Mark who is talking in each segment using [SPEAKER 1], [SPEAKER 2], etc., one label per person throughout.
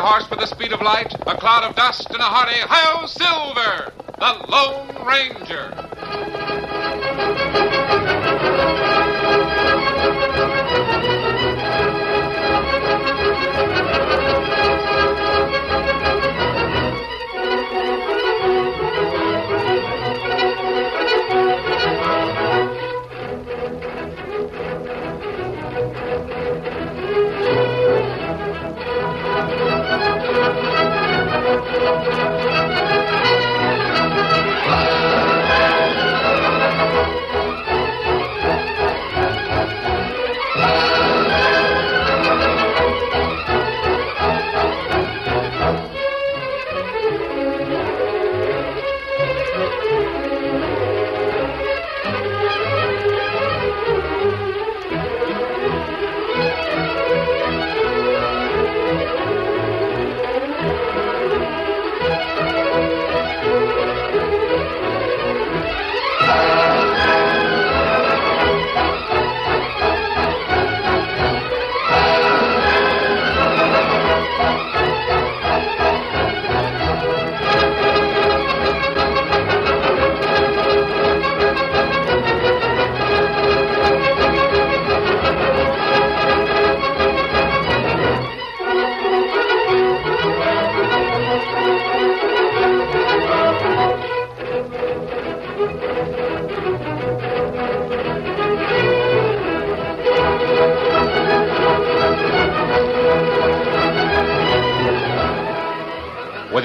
[SPEAKER 1] horse with the speed of light, a cloud of dust, and a hearty Hi-Yo Silver, the Lone Ranger. With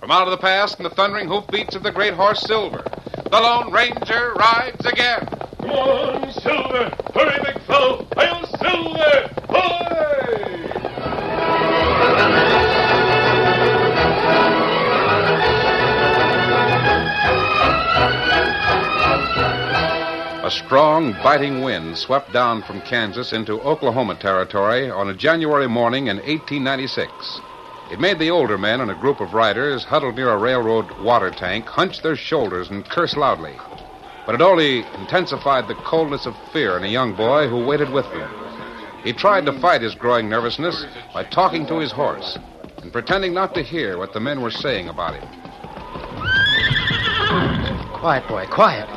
[SPEAKER 1] From out of the past and the thundering hoofbeats of the great horse Silver, the Lone Ranger rides again.
[SPEAKER 2] Come on, Silver! Hurry, big fellow! Hail, Silver! Hoy!
[SPEAKER 1] A strong, biting wind swept down from Kansas into Oklahoma Territory on a January morning in 1896. It made the older men and a group of riders huddled near a railroad water tank hunch their shoulders and curse loudly. But it only intensified the coldness of fear in a young boy who waited with them. He tried to fight his growing nervousness by talking to his horse and pretending not to hear what the men were saying about him.
[SPEAKER 3] Quiet, boy, quiet.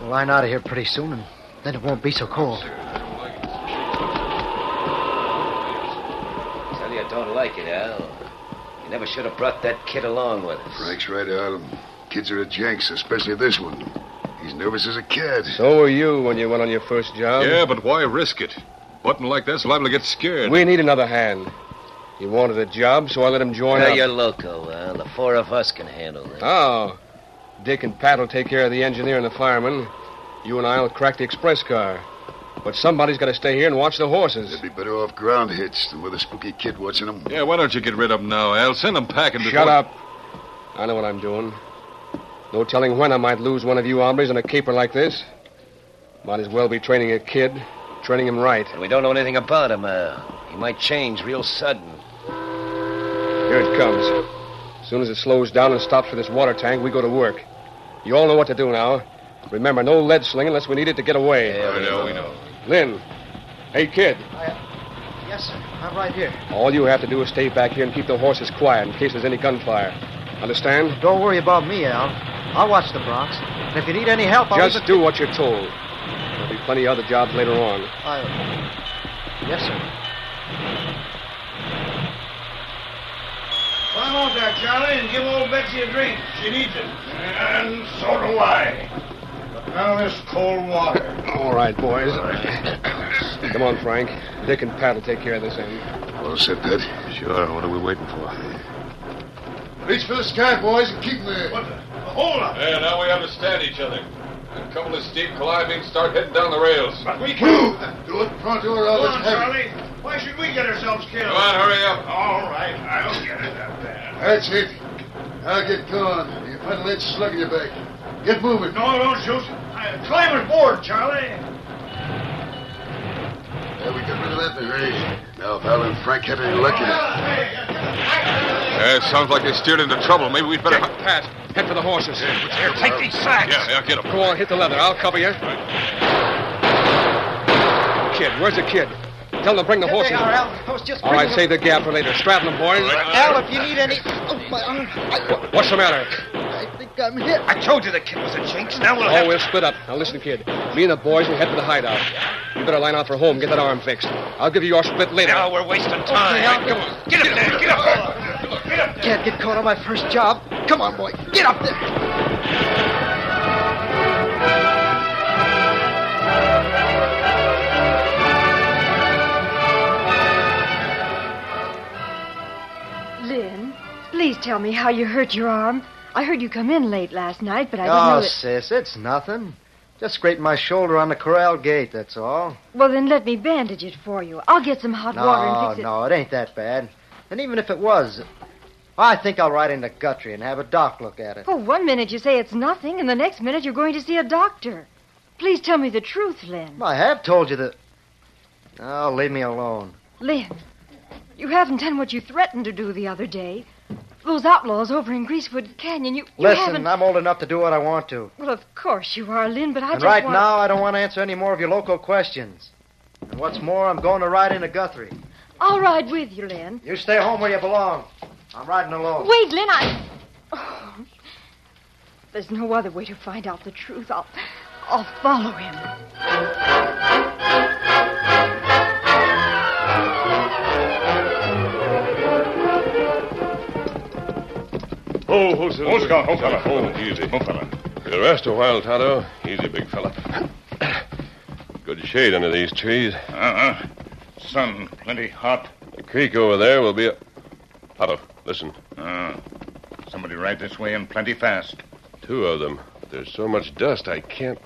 [SPEAKER 3] We'll line out of here pretty soon, and then it won't be so cold.
[SPEAKER 4] Tell you I don't like it, Al. You never should have brought that kid along with us.
[SPEAKER 5] Frank's right, Al. Kids are a jinx, especially this one. He's nervous as a cat.
[SPEAKER 6] So were you when you went on your first job.
[SPEAKER 7] Yeah, but why risk it? Button like that's liable to get scared.
[SPEAKER 6] We need another hand. He wanted a job, so I let him join
[SPEAKER 4] Now,
[SPEAKER 6] up.
[SPEAKER 4] you're loco, Al. The four of us can handle this.
[SPEAKER 6] Oh. Dick and Pat will take care of the engineer and the fireman. You and I will crack the express car. But somebody's got to stay here and watch the horses.
[SPEAKER 5] They'd be better off ground hits than with a spooky kid watching them.
[SPEAKER 7] Yeah, why don't you get rid of them now, Al? Send them packing before...
[SPEAKER 6] Shut up. I know what I'm doing. No telling when I might lose one of you hombres in a caper like this. Might as well be training a kid, training him right.
[SPEAKER 4] And we don't know anything about him, Al. He might change real sudden.
[SPEAKER 6] Here it comes. As soon as it slows down and stops for this water tank, we go to work. You all know what to do now. Remember, no lead sling unless we need it to get away.
[SPEAKER 4] Yeah,
[SPEAKER 7] We know, we know.
[SPEAKER 6] Lynn. Hey, kid.
[SPEAKER 3] Yes, sir. I'm right here.
[SPEAKER 6] All you have to do is stay back here and keep the horses quiet in case there's any gunfire. Understand?
[SPEAKER 3] Don't worry about me, Al. I'll watch the Bronx. And if you need any help, I'll
[SPEAKER 6] Just
[SPEAKER 3] even-
[SPEAKER 6] do what you're told. There'll be plenty of other jobs later on.
[SPEAKER 3] I... Yes, sir.
[SPEAKER 2] Climb out there, Charlie, and give old Betsy a drink. She needs it. And so do I. Now this cold water.
[SPEAKER 6] All right, boys. Come on, Frank. Dick and Pat will take care of this end.
[SPEAKER 5] Well said, Dad. Sure. What are we waiting for? Reach for the sky, boys, and keep there.
[SPEAKER 2] Hold up!
[SPEAKER 7] Yeah, now we understand each other. A couple of steep climbing, start heading down the rails. Come
[SPEAKER 2] We
[SPEAKER 5] Move! Do it pronto or
[SPEAKER 2] Come
[SPEAKER 5] I'll
[SPEAKER 2] on, Charlie. Why should we get ourselves killed?
[SPEAKER 7] on, hurry up.
[SPEAKER 2] All right, I'll get it up there.
[SPEAKER 5] That's it. Now get going. You find a lead slug in your back. Get moving.
[SPEAKER 2] No, don't shoot. I Uh, climb aboard, Charlie.
[SPEAKER 5] Yeah, we got rid of that in a hurry. Now, if Al and Frank had any luck in it.
[SPEAKER 7] Yeah, it sounds like they steered into trouble. Maybe we'd better.
[SPEAKER 6] Pat, head for the horses.
[SPEAKER 2] Take these sacks.
[SPEAKER 7] Yeah, yeah, get him.
[SPEAKER 6] Go on, hit the leather. I'll cover you. Kid, where's the kid? Tell them to bring the horses.
[SPEAKER 3] There they are, Al. I was just
[SPEAKER 6] All right,
[SPEAKER 3] bringing
[SPEAKER 6] save the gap for later. Strap them, boys.
[SPEAKER 3] them. Al, if you need any. Oh, my arm. I,
[SPEAKER 6] What's the matter?
[SPEAKER 3] I think I'm hit.
[SPEAKER 2] I told you the kid was a jinx. Now we'll
[SPEAKER 6] Oh, we'll split up. Now listen, kid. Me and the boys will head for the hideout. You better line out for home. Get that arm fixed. I'll give you your split later.
[SPEAKER 2] Now we're wasting time.
[SPEAKER 3] Okay, Al, come on.
[SPEAKER 2] Get up there. Get up there. Get up there.
[SPEAKER 3] Can't get caught on my first job. Come on, boy. Get up there.
[SPEAKER 8] Lynn, please tell me how you hurt your arm. I heard you come in late last night, but I didn't
[SPEAKER 3] Oh,
[SPEAKER 8] know that.
[SPEAKER 3] sis, it's nothing. Just scraped my shoulder on the corral gate, that's all.
[SPEAKER 8] Well, then let me bandage it for you. I'll get some hot water and
[SPEAKER 3] No,
[SPEAKER 8] fix it.
[SPEAKER 3] no, it ain't that bad. And even if it was, I think I'll ride into Guthrie and have a doc look at it.
[SPEAKER 8] Oh, one minute you say it's nothing, and the next minute you're going to see a doctor. Please tell me the truth, Lynn.
[SPEAKER 3] I have told you that. Oh, leave me alone.
[SPEAKER 8] Lynn, you haven't done what you threatened to do the other day. Those outlaws over in Greasewood Canyon, you, you
[SPEAKER 3] Listen,
[SPEAKER 8] haven't.
[SPEAKER 3] I'm old enough to do what I want to.
[SPEAKER 8] Well, of course you are, Lynn, but I
[SPEAKER 3] and
[SPEAKER 8] just
[SPEAKER 3] right
[SPEAKER 8] want...
[SPEAKER 3] now, I don't want to answer any more of your local questions. And what's more, I'm going to ride into Guthrie.
[SPEAKER 8] I'll ride with you, Lynn.
[SPEAKER 3] You stay home where you belong. I'm riding alone.
[SPEAKER 8] Wait, Lynn, I. Oh. There's no other way to find out the truth. I'll. I'll follow him.
[SPEAKER 7] Oh, hold still.
[SPEAKER 5] Hold still, hold still.
[SPEAKER 7] Oh, easy. Hold fella. You rest a while, Tonto. Easy, big fella. Good shade under these trees.
[SPEAKER 2] Uh-uh. Sun plenty hot.
[SPEAKER 7] The creek over there will be a... Tonto, listen.
[SPEAKER 2] Uh, somebody ride this way and plenty fast.
[SPEAKER 7] Two of them. But there's so much dust, I can't...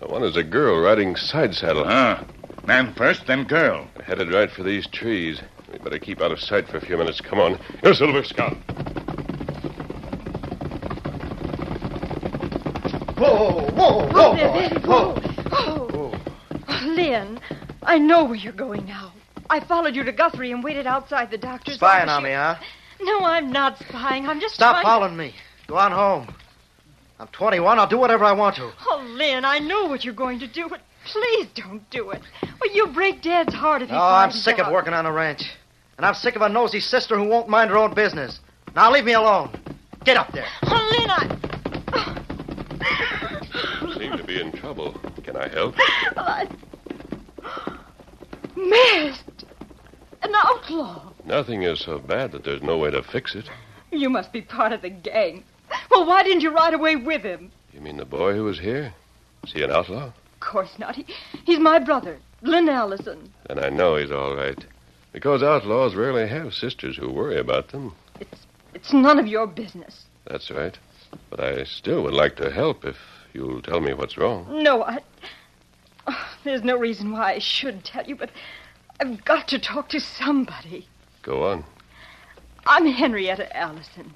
[SPEAKER 7] Now, One is a girl riding side saddle.
[SPEAKER 2] Uh, man first, then girl.
[SPEAKER 7] Headed right for these trees. We better keep out of sight for a few minutes. Come on. Here, Silver Scout.
[SPEAKER 3] Whoa, whoa,
[SPEAKER 8] Oh,
[SPEAKER 3] whoa,
[SPEAKER 8] there,
[SPEAKER 3] boy.
[SPEAKER 8] there you go. Oh. Oh, Lynn, I know where you're going now. I followed you to Guthrie and waited outside the doctor's
[SPEAKER 3] Spying
[SPEAKER 8] office.
[SPEAKER 3] on me, huh?
[SPEAKER 8] No, I'm not spying. I'm just
[SPEAKER 3] Stop
[SPEAKER 8] trying
[SPEAKER 3] following me. Go on home. I'm 21. I'll do whatever I want to.
[SPEAKER 8] To... Oh, Lynn, I know what you're going to do, but please don't do it. Well, you'll break Dad's heart if he
[SPEAKER 3] No, Oh, I'm
[SPEAKER 8] finds
[SPEAKER 3] sick
[SPEAKER 8] out.
[SPEAKER 3] of working on a ranch. And I'm sick of a nosy sister who won't mind her own business. Now leave me alone. Get up there.
[SPEAKER 8] Oh, Lynn, I.
[SPEAKER 7] Seem to be in trouble. Can I help?
[SPEAKER 8] I... Missed. An outlaw.
[SPEAKER 7] Nothing is so bad that there's no way to fix it.
[SPEAKER 8] You must be part of the gang. Well, why didn't you ride away with him?
[SPEAKER 7] You mean the boy who was here? Is he an outlaw?
[SPEAKER 8] Of course not. He, he's my brother, Lynn Allison.
[SPEAKER 7] Then I know he's all right. Because outlaws rarely have sisters who worry about them.
[SPEAKER 8] It's it's none of your business.
[SPEAKER 7] That's right. But I still would like to help if you'll tell me what's wrong.
[SPEAKER 8] No, I. Oh, there's no reason why I should tell you, but I've got to talk to somebody.
[SPEAKER 7] Go on.
[SPEAKER 8] I'm Henrietta Allison.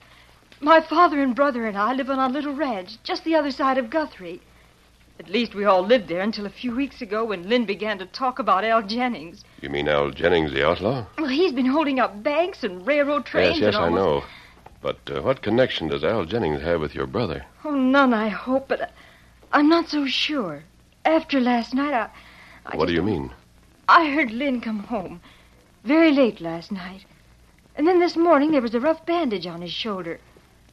[SPEAKER 8] My father and brother and I live on our little ranch just the other side of Guthrie. At least we all lived there until a few weeks ago when Lynn began to talk about Al Jennings.
[SPEAKER 7] You mean Al Jennings, the outlaw?
[SPEAKER 8] Well, he's been holding up banks and railroad trains
[SPEAKER 7] yes, yes,
[SPEAKER 8] and all
[SPEAKER 7] I know. But uh, what connection does Al Jennings have with your brother?
[SPEAKER 8] Oh, none, I hope, but I- I'm not so sure. After last night, I. I
[SPEAKER 7] what
[SPEAKER 8] just-
[SPEAKER 7] do you mean?
[SPEAKER 8] I heard Lynn come home very late last night. And then this morning, there was a rough bandage on his shoulder.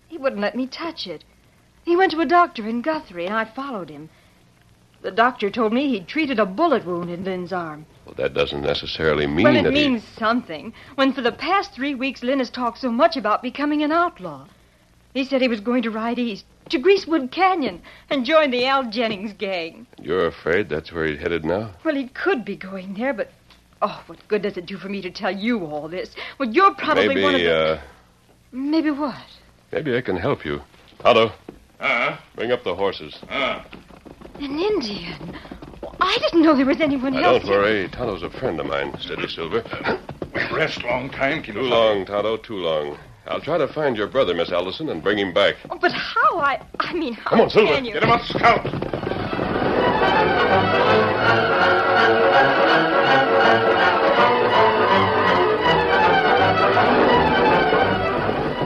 [SPEAKER 8] He wouldn't let me touch it. He went to a doctor in Guthrie, and I followed him. The doctor told me he'd treated a bullet wound in Lynn's arm.
[SPEAKER 7] Well, that doesn't necessarily mean
[SPEAKER 8] Well, it
[SPEAKER 7] that he-
[SPEAKER 8] means something. When for the past three weeks, Lynn has talked so much about becoming an outlaw. He said he was going to ride east to Greasewood Canyon and join the Al Jennings gang.
[SPEAKER 7] You're afraid that's where he's headed now?
[SPEAKER 8] Well, he could be going there, but oh, what good does it do for me to tell you all this? Well, you're probably
[SPEAKER 7] maybe,
[SPEAKER 8] one of the...
[SPEAKER 7] uh,
[SPEAKER 8] Maybe what?
[SPEAKER 7] maybe I can help you. Tonto,
[SPEAKER 2] Uh,
[SPEAKER 7] bring up the horses.
[SPEAKER 2] uh.
[SPEAKER 8] An Indian. Well, I didn't know there was anyone
[SPEAKER 7] Now,
[SPEAKER 8] else.
[SPEAKER 7] don't worry. Tonto's a friend of mine. Steady, Silver.
[SPEAKER 2] We rest long time, Kilo.
[SPEAKER 7] Too long, Tonto, too long. I'll try to find your brother, Miss Allison, and bring him back.
[SPEAKER 8] Oh, but how I? I mean, how
[SPEAKER 7] Come on, Silver,
[SPEAKER 8] can you?
[SPEAKER 2] Get him up, Scout.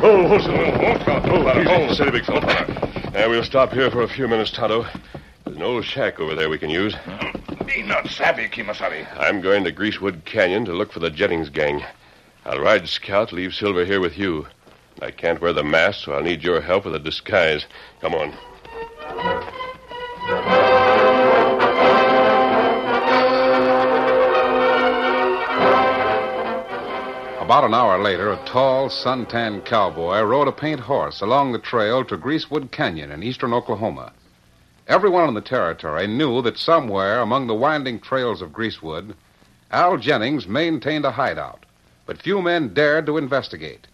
[SPEAKER 7] Oh, hold still. Hold, Scott. Hold, Tonto. Hold, steady, big fella. Uh, we'll stop here for a few minutes, Tonto. There's an old shack over there we can use.
[SPEAKER 2] Be not savvy, Kimasabi.
[SPEAKER 7] I'm going to Greasewood Canyon to look for the Jennings gang. I'll ride scout, leave Silver here with you. I can't wear the mask, so I'll need your help with a disguise. Come on.
[SPEAKER 1] About an hour later, a tall, suntanned cowboy rode a paint horse along the trail to Greasewood Canyon in eastern Oklahoma. Everyone in the territory knew that somewhere among the winding trails of Greasewood, Al Jennings maintained a hideout, but few men dared to investigate.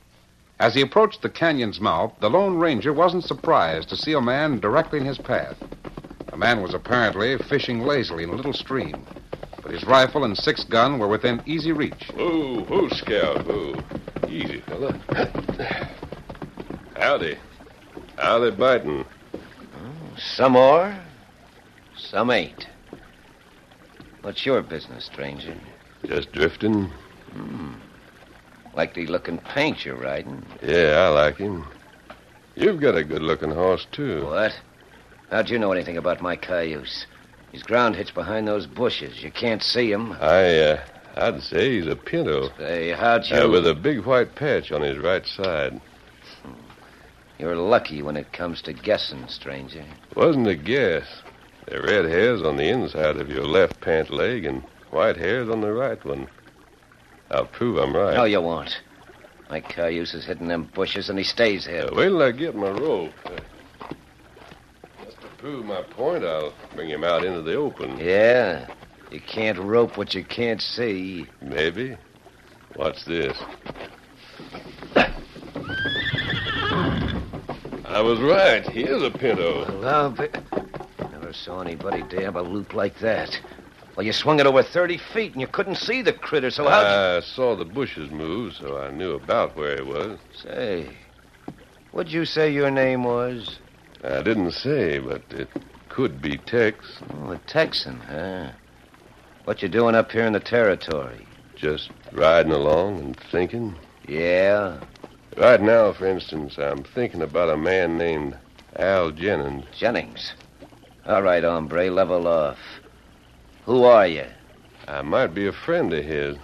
[SPEAKER 1] As he approached the canyon's mouth, the Lone Ranger wasn't surprised to see a man directly in his path. The man was apparently fishing lazily in a little stream, but his rifle and six gun were within easy reach.
[SPEAKER 7] Whoa, whoa, Scout, whoa. Easy, fella. Howdy. Howdy, Barton.
[SPEAKER 4] Some are, some ain't. What's your business, stranger?
[SPEAKER 7] Just drifting?
[SPEAKER 4] Likely looking paint you're riding.
[SPEAKER 7] Yeah, I like him. You've got a good looking horse, too.
[SPEAKER 4] What? How'd you know anything about my cayuse? He's ground hitched behind those bushes. You can't see him.
[SPEAKER 7] I, uh, I'd say he's a pinto.
[SPEAKER 4] Hey, how'd you?
[SPEAKER 7] Uh, with a big white patch on his right side.
[SPEAKER 4] You're lucky when it comes to guessing, stranger.
[SPEAKER 7] Wasn't a guess. The red hair's on the inside of your left pant leg, and white hair's on the right one. I'll prove I'm right.
[SPEAKER 4] No, Oh, you won't. My cayuse is hidden in them bushes, and he stays here.
[SPEAKER 7] Uh, wait till I get my rope. Uh, just to prove my point, I'll bring him out into the open.
[SPEAKER 4] Yeah. You can't rope what you can't see.
[SPEAKER 7] Maybe. Watch this. I was right. He is a pinto.
[SPEAKER 4] Well, never saw anybody dab a loop like that. Well, you swung it over 30 feet and you couldn't see the critter, so how'd you...
[SPEAKER 7] I saw the bushes move, so I knew about where he was.
[SPEAKER 4] Say, what'd you say your name was?
[SPEAKER 7] I didn't say, but it could be Tex.
[SPEAKER 4] Oh, a Texan, huh? What you doing up here in the territory?
[SPEAKER 7] Just riding along and thinking.
[SPEAKER 4] Yeah,
[SPEAKER 7] Right now, for instance, I'm thinking about a man named Al Jennings.
[SPEAKER 4] Jennings. All right, hombre, level off. Who are you?
[SPEAKER 7] I might be a friend of his.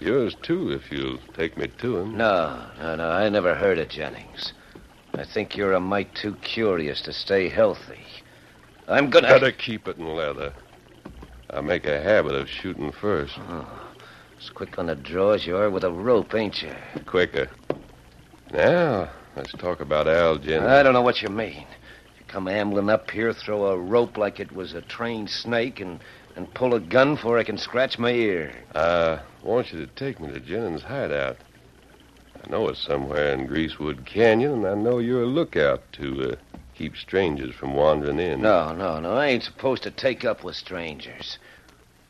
[SPEAKER 7] Yours, too, if you'll take me to him.
[SPEAKER 4] No, no, no, I never heard of Jennings. I think you're a mite too curious to stay healthy. I'm gonna.
[SPEAKER 7] Better keep it in leather. I make a habit of shooting first,
[SPEAKER 4] As quick on the draw as you are with a rope, ain't you?
[SPEAKER 7] quicker. Now, let's talk about Al Jennings.
[SPEAKER 4] I don't know what you mean. You come ambling up here, throw a rope like it was a trained snake, and, and pull a gun before I can scratch my ear.
[SPEAKER 7] I want you to take me to Jennings' hideout. I know it's somewhere in Greasewood Canyon, and I know you're a lookout to uh, keep strangers from wandering in.
[SPEAKER 4] No, no, no. I ain't supposed to take up with strangers.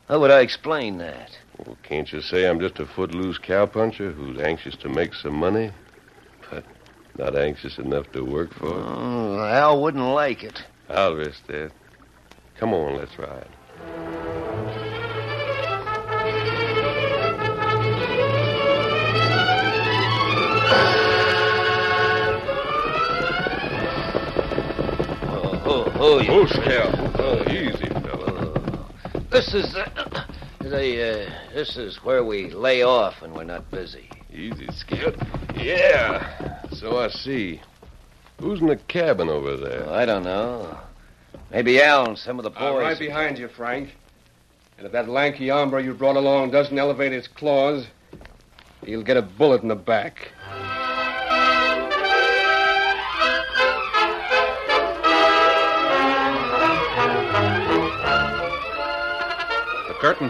[SPEAKER 4] How would I explain that?
[SPEAKER 7] Well, can't you say I'm just a footloose cowpuncher who's anxious to make some money, but not anxious enough to work for it?
[SPEAKER 4] Oh, Al wouldn't like it.
[SPEAKER 7] I'll risk that. Come on, let's ride.
[SPEAKER 4] Oh, oh, oh, you-
[SPEAKER 7] Oh, Scout. Oh, easy, fella.
[SPEAKER 4] This is the, the uh, this is where we lay off when we're not busy.
[SPEAKER 7] Easy, Scout. Yeah. So I see. Who's in the cabin over there?
[SPEAKER 4] I don't know. Maybe Al and some of the boys.
[SPEAKER 6] I'm Uh, right behind you, Frank. And if that lanky hombre you brought along doesn't elevate his claws, he'll get a bullet in the back.
[SPEAKER 1] The curtain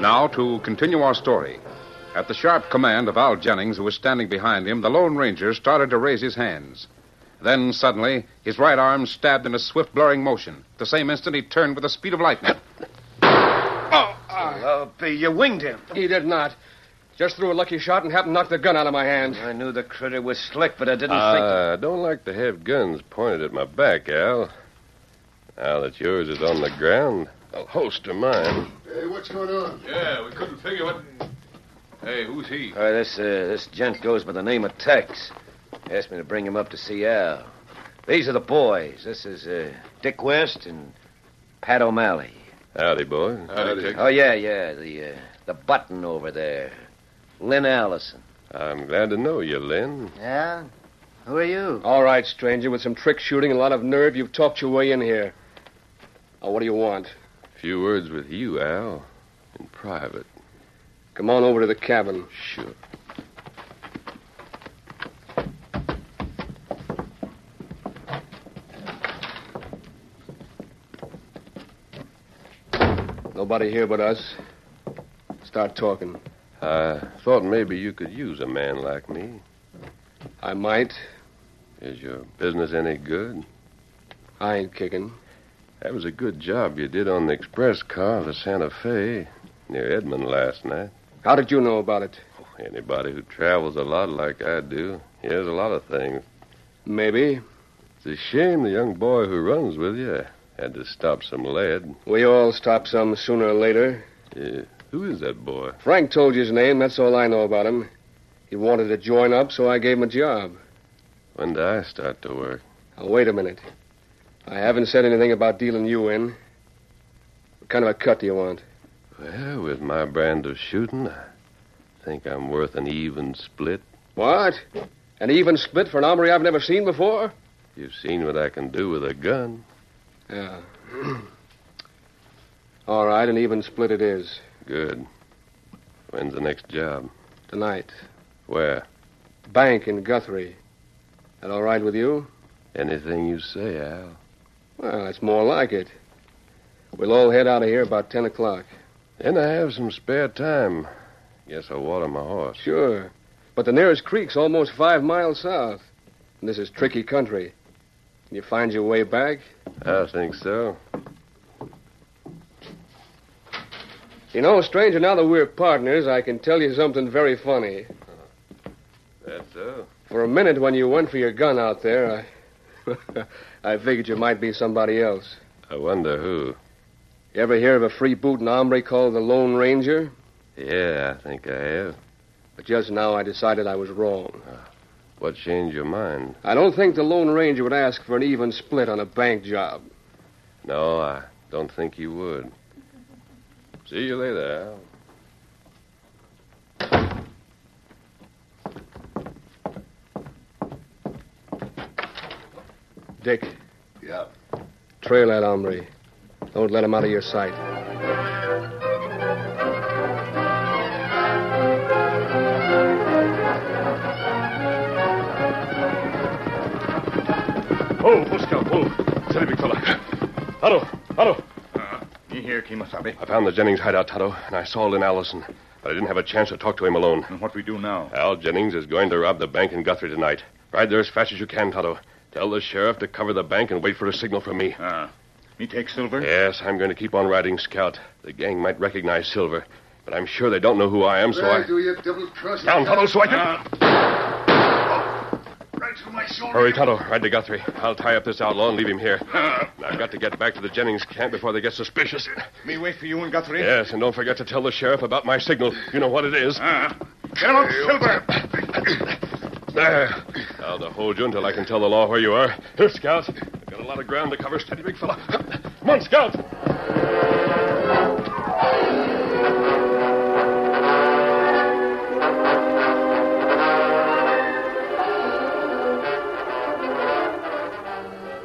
[SPEAKER 1] Now, to continue our story. At the sharp command of Al Jennings, who was standing behind him, the Lone Ranger started to raise his hands. Then, suddenly, his right arm stabbed in a swift, blurring motion. At the same instant, he turned with the speed of lightning.
[SPEAKER 4] Oh, B, you winged him.
[SPEAKER 6] He did not. Just threw a lucky shot and happened to knock the gun out of my hand.
[SPEAKER 4] I knew the critter was slick, but I didn't
[SPEAKER 7] Ah, I don't like to have guns pointed at my back, Al. Now that yours is on the ground, I'll holster mine.
[SPEAKER 5] Hey, what's going on?
[SPEAKER 2] Yeah, we couldn't figure what. Hey, who's he?
[SPEAKER 4] think. All right, this, uh, this gent goes by the name of Tex. He asked me to bring him up to see Al. These are the boys. This is uh, Dick West and Pat O'Malley.
[SPEAKER 7] Howdy, boy.
[SPEAKER 4] Oh, yeah, yeah, the, uh, the button over there. Lynn Allison.
[SPEAKER 7] I'm glad to know you, Lynn.
[SPEAKER 3] Yeah? Who are you?
[SPEAKER 6] All right, stranger. With some trick shooting and a lot of nerve, you've talked your way in here. Now, what do you want?
[SPEAKER 7] Few words with you, Al. In private.
[SPEAKER 6] Come on over to the cabin.
[SPEAKER 7] Sure.
[SPEAKER 6] Nobody here but us. Start talking.
[SPEAKER 7] I thought maybe you could use a man like me.
[SPEAKER 6] I might.
[SPEAKER 7] Is your business any good?
[SPEAKER 6] I ain't kicking.
[SPEAKER 7] That was a good job you did on the express car to Santa Fe near Edmond last night.
[SPEAKER 6] How did you know about it?
[SPEAKER 7] Anybody who travels a lot like I do hears a lot of things.
[SPEAKER 6] Maybe.
[SPEAKER 7] It's a shame the young boy who runs with you had to stop some lead.
[SPEAKER 6] We all stop some sooner or later.
[SPEAKER 7] Uh, who is that boy?
[SPEAKER 6] Frank told you his name. That's all I know about him. He wanted to join up, so I gave him a job.
[SPEAKER 7] When did I start to work?
[SPEAKER 6] Now, wait a minute. I haven't said anything about dealing you in. What kind of a cut do you want?
[SPEAKER 7] Well, with my brand of shooting, I think I'm worth an even split.
[SPEAKER 6] What? An even split for an armory I've never seen before?
[SPEAKER 7] You've seen what I can do with a gun.
[SPEAKER 6] Yeah. all right, an even split it is.
[SPEAKER 7] Good. When's the next job?
[SPEAKER 6] Tonight.
[SPEAKER 7] Where?
[SPEAKER 6] Bank in Guthrie. That all right with you?
[SPEAKER 7] Anything you say, Al.
[SPEAKER 6] Well, that's more like it. We'll all head out of here about 10 o'clock.
[SPEAKER 7] Then I have some spare time. Guess I'll water my horse.
[SPEAKER 6] Sure. But the nearest creek's almost five miles south. And this is tricky country. Can you find your way back?
[SPEAKER 7] I think so.
[SPEAKER 6] You know, stranger, now that we're partners, I can tell you something very funny.
[SPEAKER 7] That's so?
[SPEAKER 6] For a minute, when you went for your gun out there, I, I figured you might be somebody else.
[SPEAKER 7] I wonder who.
[SPEAKER 6] You ever hear of a freebooting hombre called the Lone Ranger?
[SPEAKER 7] Yeah, I think I have.
[SPEAKER 6] But just now, I decided I was wrong.
[SPEAKER 7] What changed your mind?
[SPEAKER 6] I don't think the Lone Ranger would ask for an even split on a bank job.
[SPEAKER 7] No, I don't think you would. See you later, Al.
[SPEAKER 6] Dick,
[SPEAKER 5] Yeah.
[SPEAKER 6] trail that hombre. Don't let him out of your sight.
[SPEAKER 2] Oh, busca, oh.
[SPEAKER 7] Steady, big fella. Otto, Otto.
[SPEAKER 2] You Uh, here, Kimasabi?
[SPEAKER 7] I found the Jennings hideout, Toto, and I saw Lynn Allison, but I didn't have a chance to talk to him alone.
[SPEAKER 2] And what we do now?
[SPEAKER 7] Al Jennings is going to rob the bank in Guthrie tonight. Ride there as fast as you can, Toto. Tell the sheriff to cover the bank and wait for a signal from me.
[SPEAKER 2] Ah, me take silver?
[SPEAKER 7] Yes, I'm going to keep on riding scout. The gang might recognize Silver, but I'm sure they don't know who I am, so I.
[SPEAKER 5] do you double cross?
[SPEAKER 7] Down, Toto, so I can.
[SPEAKER 2] Uh, oh,
[SPEAKER 5] Right through my shoulder.
[SPEAKER 7] Hurry, Toto, ride to Guthrie. I'll tie up this outlaw and leave him here. I've got to get back to the Jennings camp before they get suspicious.
[SPEAKER 2] Me wait for you in Guthrie?
[SPEAKER 7] Yes, and don't forget to tell the sheriff about my signal. You know what it is.
[SPEAKER 2] Ah. Get up, Silver!
[SPEAKER 7] There. Now to hold you until I can tell the law where you are. Here, Scout. I've got a lot of ground to cover. Steady, big fella. Come on, Scout.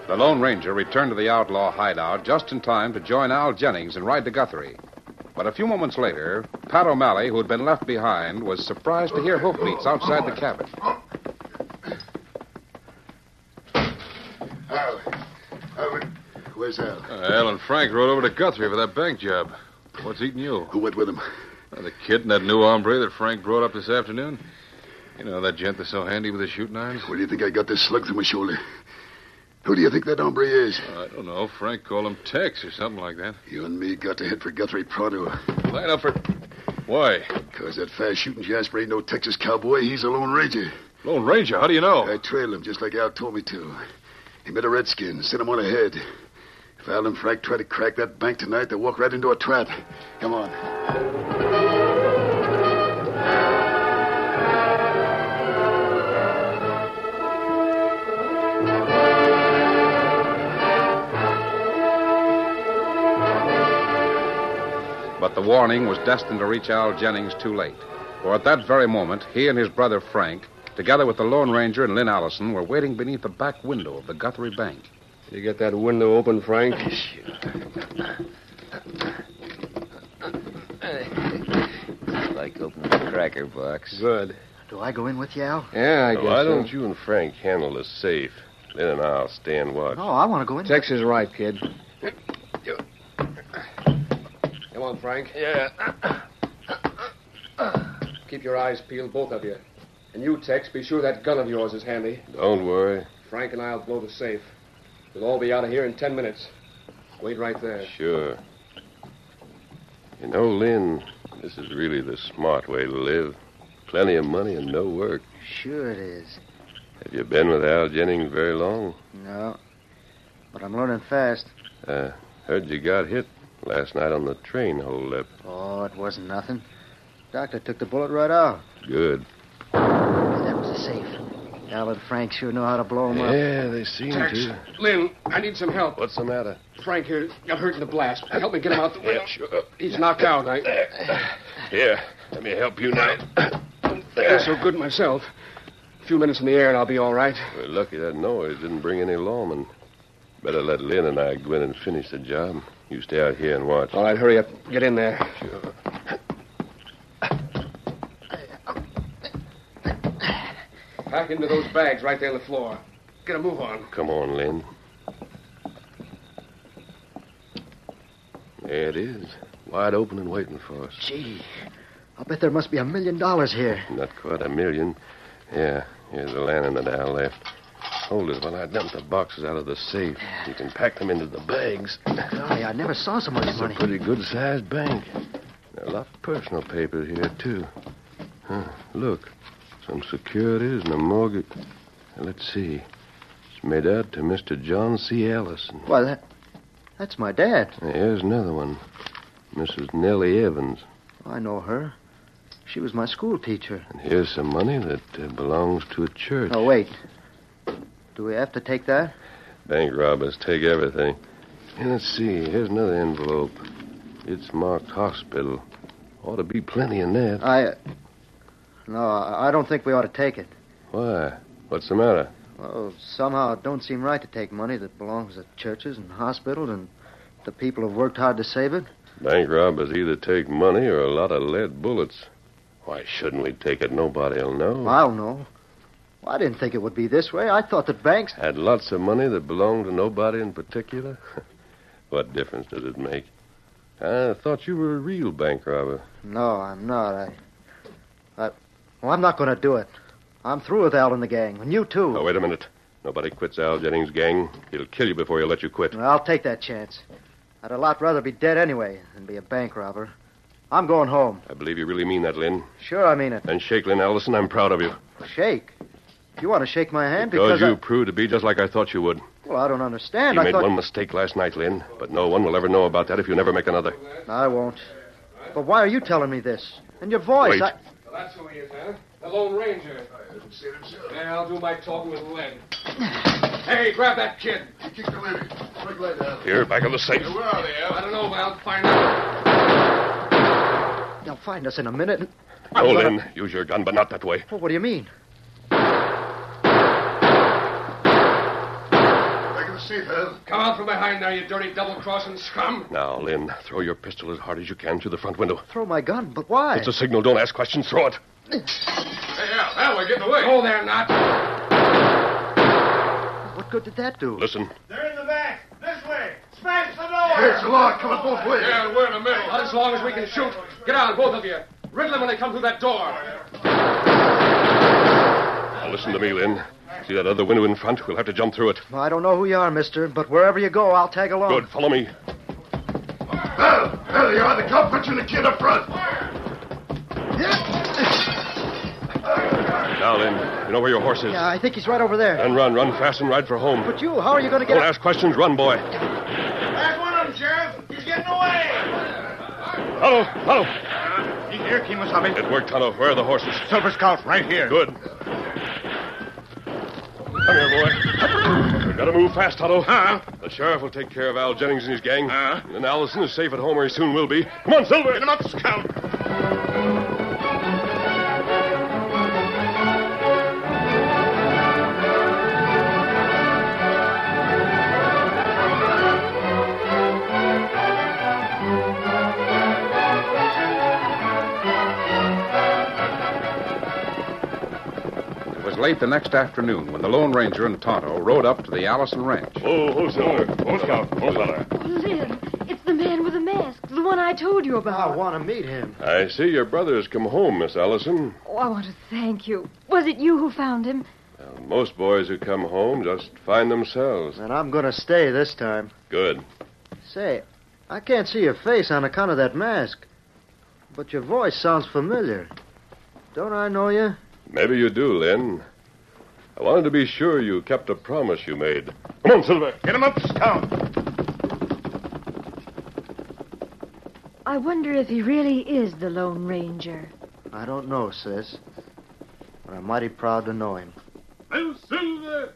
[SPEAKER 1] The Lone Ranger returned to the outlaw hideout just in time to join Al Jennings and ride to Guthrie. But a few moments later, Pat O'Malley, who had been left behind, was surprised to hear hoofbeats outside the cabin.
[SPEAKER 5] Al. Al, where's Al?
[SPEAKER 1] Al and Frank rode over to Guthrie for that bank job. What's eating you?
[SPEAKER 5] Who went with him?
[SPEAKER 1] Uh, The kid and that new hombre that Frank brought up this afternoon. You know, that gent that's so handy with his shooting irons.
[SPEAKER 5] Where do you think I got this slug through my shoulder? Who do you think that hombre is?
[SPEAKER 1] Uh, I don't know. Frank called him Tex or something like that.
[SPEAKER 5] You and me got to head for Guthrie Pronto.
[SPEAKER 1] Line up for. Why?
[SPEAKER 5] Because that fast shooting Jasper ain't no Texas cowboy. He's a Lone Ranger.
[SPEAKER 1] Lone Ranger, how do you know?
[SPEAKER 5] I trailed him just like Al told me to. He met a redskin, sent him on ahead. If Al and Frank try to crack that bank tonight, they'll walk right into a trap. Come on.
[SPEAKER 1] But the warning was destined to reach Al Jennings too late. For at that very moment, he and his brother Frank, together with the Lone Ranger and Lynn Allison, were waiting beneath the back window of the Guthrie Bank.
[SPEAKER 6] You get that window open, Frank?
[SPEAKER 4] Like opening a cracker box.
[SPEAKER 6] Good.
[SPEAKER 3] Do I go in with you, Al?
[SPEAKER 6] Yeah, I
[SPEAKER 7] Oh,
[SPEAKER 6] guess.
[SPEAKER 7] why
[SPEAKER 6] so.
[SPEAKER 7] don't you and Frank handle the safe? Lynn and I'll stand watch.
[SPEAKER 3] No, Oh, I want to go in.
[SPEAKER 6] Tex is right, kid. Come on, Frank. Yeah. Keep your eyes peeled, both of you. And you, Tex, be sure that gun of yours is handy.
[SPEAKER 7] Don't worry.
[SPEAKER 6] Frank and I'll blow the safe. We'll all be out of here in ten minutes. Wait right there.
[SPEAKER 7] Sure. You know, Lynn, this is really the smart way to live. Plenty of money and no work.
[SPEAKER 3] Sure it is.
[SPEAKER 7] Have you been with Al Jennings very long?
[SPEAKER 3] No. But I'm learning fast.
[SPEAKER 7] Uh, heard you got hit last night on the train holdup.
[SPEAKER 3] Oh, it wasn't nothing. Doctor took the bullet right out.
[SPEAKER 7] Good.
[SPEAKER 3] That was a safe. Al and Frank sure know how to blow 'em up.
[SPEAKER 7] Yeah, they seem
[SPEAKER 6] Tex,
[SPEAKER 7] to.
[SPEAKER 6] Lynn, I need some help.
[SPEAKER 7] What's the matter?
[SPEAKER 6] Frank here got hurt in the blast. Help me get him out the window.
[SPEAKER 7] sure.
[SPEAKER 6] He's knocked out. I
[SPEAKER 7] Here, let me help you now.
[SPEAKER 6] feel so good myself. A few minutes in the air and I'll be all right.
[SPEAKER 7] We're lucky that noise didn't bring any lawmen. Better let Lynn and I go in and finish the job. You stay out here and watch.
[SPEAKER 6] All right, hurry up. Get in there. Pack into those bags right there on the floor. Get a move on.
[SPEAKER 7] Come on, Lynn. There it is, wide open and waiting for us.
[SPEAKER 3] Gee, I'll bet there must be a million dollars here.
[SPEAKER 7] Not quite a million. Yeah, here's the lantern that I left. Hold it while I dump the boxes out of the safe. You can pack them into the bags.
[SPEAKER 3] Golly, I never saw so much
[SPEAKER 7] It's a
[SPEAKER 3] money.
[SPEAKER 7] pretty good sized bank. There are a lot of personal papers here, too. Huh, look, some securities and a mortgage. Now, Let's see. It's made out to Mr. John C. Allison.
[SPEAKER 3] Why, that, that's my dad.
[SPEAKER 7] Now, Here's another one. Mrs. Nellie Evans.
[SPEAKER 3] I know her. She was my school teacher.
[SPEAKER 7] And here's some money that uh, belongs to a church.
[SPEAKER 3] Oh, wait. Do we have to take that?
[SPEAKER 7] Bank robbers take everything. And let's see. Here's another envelope. It's marked hospital. Ought to be plenty in there.
[SPEAKER 3] I. uh, No, I I don't think we ought to take it.
[SPEAKER 7] Why? What's the matter?
[SPEAKER 3] Well, somehow it don't seem right to take money that belongs to churches and hospitals and the people who've worked hard to save it.
[SPEAKER 7] Bank robbers either take money or a lot of lead bullets. Why shouldn't we take it? Nobody'll know.
[SPEAKER 3] I don't know. Well, I didn't think it would be this way. I thought that banks.
[SPEAKER 7] Had lots of money that belonged to nobody in particular. what difference does it make? I thought you were a real bank robber.
[SPEAKER 3] No, I'm not. I. I well, I'm not going to do it. I'm through with Al and the gang, and you too.
[SPEAKER 7] Oh, wait a minute. Nobody quits Al Jennings' gang. He'll kill you before he'll let you quit.
[SPEAKER 3] Well, I'll take that chance. I'd a lot rather be dead anyway than be a bank robber. I'm going home.
[SPEAKER 7] I believe you really mean that, Lynn.
[SPEAKER 3] Sure, I mean it.
[SPEAKER 7] And shake, Lynn Allison, I'm proud of you.
[SPEAKER 3] Shake. You want to shake my hand
[SPEAKER 7] Because
[SPEAKER 3] because,
[SPEAKER 7] you proved to be just like I thought you would.
[SPEAKER 3] I, well, I don't understand.
[SPEAKER 7] you
[SPEAKER 3] I
[SPEAKER 7] made
[SPEAKER 3] thought
[SPEAKER 7] one mistake last night, Lynn, but no one will ever know about that if you never make another.
[SPEAKER 3] I won't. But why are you telling me this? And your voice.
[SPEAKER 7] Wait.
[SPEAKER 3] I...
[SPEAKER 6] That's who he is, huh? The Lone Ranger. Yeah, I'll do my talking with Len. Hey, grab that kid.
[SPEAKER 5] Kick the lantern. Quick light, Al.
[SPEAKER 7] Here, back of the safe.
[SPEAKER 6] I don't know, but I'll find out.
[SPEAKER 3] They'll find us in a minute.
[SPEAKER 7] No,
[SPEAKER 3] I'm gonna-
[SPEAKER 7] Lynn, use your gun, but not that way.
[SPEAKER 3] Well, what do you mean?
[SPEAKER 5] Back in the safe, Al.
[SPEAKER 6] Come out from behind now, you dirty double-crossing scum.
[SPEAKER 7] Now, Lynn, throw your pistol as hard as you can through the front window.
[SPEAKER 3] Throw my gun, but why?
[SPEAKER 7] It's a signal. Don't ask questions. Throw it.
[SPEAKER 6] Hey, Al, Al, we're getting away. Go there, not.
[SPEAKER 3] What good did that do?
[SPEAKER 7] Listen.
[SPEAKER 2] They're in the back. This way. Smash the door.
[SPEAKER 5] Here's the law coming both ways.
[SPEAKER 1] Yeah, we're in the middle.
[SPEAKER 6] Not as long as we can shoot. Get on, both of you. Riddle them when they come through that door.
[SPEAKER 7] Now, listen to me, Lynn. See that other window in front? We'll have to jump through it.
[SPEAKER 3] Well, I don't know who you are, mister, but wherever you go, I'll tag along.
[SPEAKER 7] Good, follow me.
[SPEAKER 5] Hell, hell, you are. The cop put you and the kid up front.
[SPEAKER 7] Now, Lynn, you know where your horse is.
[SPEAKER 3] Yeah, I think he's right over there.
[SPEAKER 7] Then run, run fast and ride for home.
[SPEAKER 3] But you, how are you going to get
[SPEAKER 7] Don't
[SPEAKER 3] out?
[SPEAKER 7] Uh, ask questions, run, boy.
[SPEAKER 2] That's one of them, Sheriff. He's getting away.
[SPEAKER 7] Tonto, Tonto.
[SPEAKER 2] Uh, Here, Kimosabe.
[SPEAKER 7] It worked, Tonto. Where are the horses?
[SPEAKER 2] Silver Scout, right here.
[SPEAKER 7] Good. Come here, boy. We gotta move fast, Tonto. Huh? The sheriff will take care of Al Jennings and his gang.
[SPEAKER 2] Huh?
[SPEAKER 7] And Allison is safe at home, or he soon will be. Come on, Silver.
[SPEAKER 2] Get him up, Scout.
[SPEAKER 1] It was late the next afternoon when the Lone Ranger and Tonto rode up to the Allison ranch.
[SPEAKER 7] Oh, oh, Silver. Oh, Scout. Oh, Tonto.
[SPEAKER 8] Oh, Lynn, it's the man with the mask, the one I told you
[SPEAKER 3] I
[SPEAKER 8] about.
[SPEAKER 3] want to meet him.
[SPEAKER 7] I see your brother has come home, Miss Allison.
[SPEAKER 8] Oh, I want to thank you. Was it you who found him?
[SPEAKER 7] Well, most boys who come home just find themselves.
[SPEAKER 3] And I'm going to stay this time.
[SPEAKER 7] Good.
[SPEAKER 3] Say, I can't see your face on account of that mask, but your voice sounds familiar. Don't I know you?
[SPEAKER 7] Maybe you do, Lynn. I wanted to be sure you kept a promise you made. Come on, Silver.
[SPEAKER 2] Get him up, Scout.
[SPEAKER 8] I wonder if he really is the Lone Ranger.
[SPEAKER 3] I don't know, sis, but I'm mighty proud to know him.
[SPEAKER 2] Silver.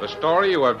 [SPEAKER 1] The story you have